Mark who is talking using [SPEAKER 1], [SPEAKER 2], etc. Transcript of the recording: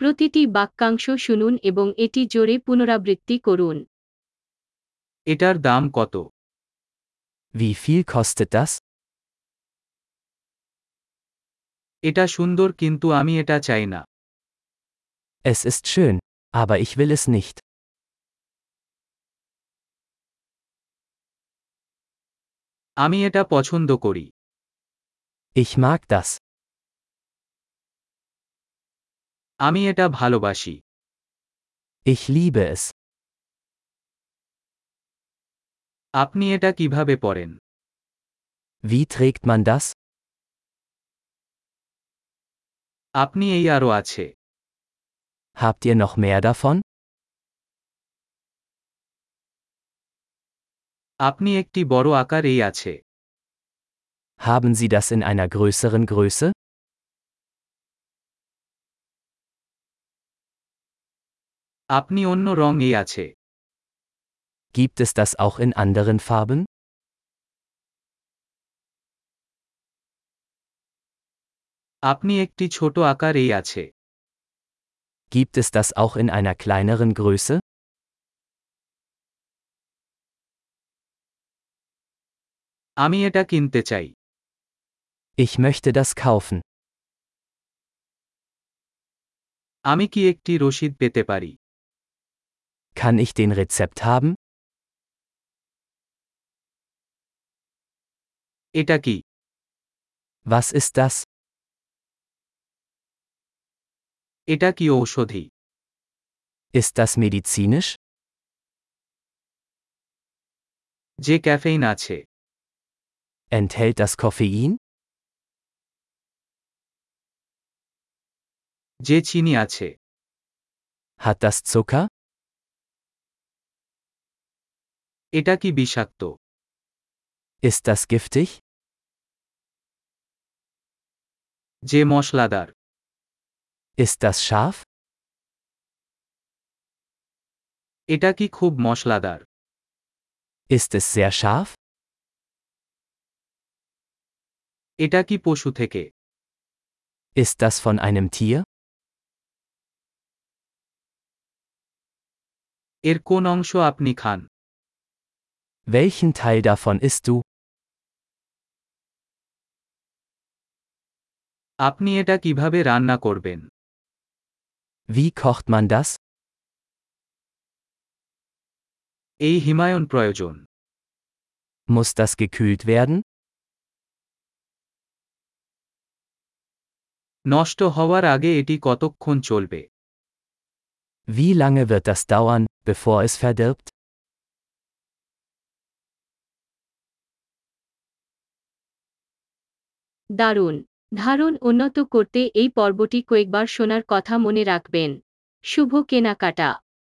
[SPEAKER 1] প্রতিটি বাক্যাংশ শুনুন এবং এটি জোরে পুনরাবৃত্তি করুন
[SPEAKER 2] এটার দাম কত
[SPEAKER 3] Wie viel kostet das?
[SPEAKER 2] এটা সুন্দর কিন্তু আমি এটা চাই না
[SPEAKER 3] Es ist schön, aber ich will es nicht.
[SPEAKER 2] আমি এটা পছন্দ করি
[SPEAKER 3] Ich mag das.
[SPEAKER 2] আমি এটা ভালোবাসি
[SPEAKER 3] Ich liebe es.
[SPEAKER 2] আপনি এটা কিভাবে পরেন
[SPEAKER 3] Wie trägt man das?
[SPEAKER 2] আপনি এই আরও আছে
[SPEAKER 3] Habt ihr noch mehr davon?
[SPEAKER 2] আপনি একটি বড় আকার এই আছে
[SPEAKER 3] Haben Sie das in einer größeren Größe?
[SPEAKER 2] আপনি অন্য রং এই আছে
[SPEAKER 3] Gibt es das auch in anderen Farben?
[SPEAKER 2] আপনি একটি ছোট আকার এই আছে
[SPEAKER 3] Gibt es das auch in einer kleineren Größe?
[SPEAKER 2] আমি এটা কিনতে চাই
[SPEAKER 3] Ich möchte das kaufen.
[SPEAKER 2] আমি কি একটি রসিদ পেতে পারি
[SPEAKER 3] Kann ich den Rezept haben?
[SPEAKER 2] এটা কি
[SPEAKER 3] Was ist das?
[SPEAKER 2] এটা কি ঔষধি
[SPEAKER 3] Ist das medizinisch?
[SPEAKER 2] যে ক্যাফেইন আছে
[SPEAKER 3] Enthält das Koffein?
[SPEAKER 2] যে চিনি আছে
[SPEAKER 3] Hat das Zucker?
[SPEAKER 2] এটা কি বিষাক্ত
[SPEAKER 3] Ist das giftig?
[SPEAKER 2] যে মশলাদার
[SPEAKER 3] Ist das scharf?
[SPEAKER 2] এটা কি খুব মশলাদার
[SPEAKER 3] Ist es sehr scharf?
[SPEAKER 2] এটা কি পশু থেকে
[SPEAKER 3] Ist das von einem Tier?
[SPEAKER 2] এর কোন অংশ আপনি খান
[SPEAKER 3] Welchen Teil davon isst du?
[SPEAKER 2] আপনি এটা কিভাবে রান্না করবেন
[SPEAKER 3] Wie kocht man das?
[SPEAKER 2] এই হিমায়ন প্রয়োজন
[SPEAKER 3] Muss das gekühlt werden?
[SPEAKER 2] নষ্ট হওয়ার আগে এটি কতক্ষণ চলবে
[SPEAKER 3] Wie lange wird das dauern, bevor es verdirbt?
[SPEAKER 1] দারুণ ধারণ উন্নত করতে এই পর্বটি কয়েকবার শোনার কথা মনে রাখবেন শুভ কেনাকাটা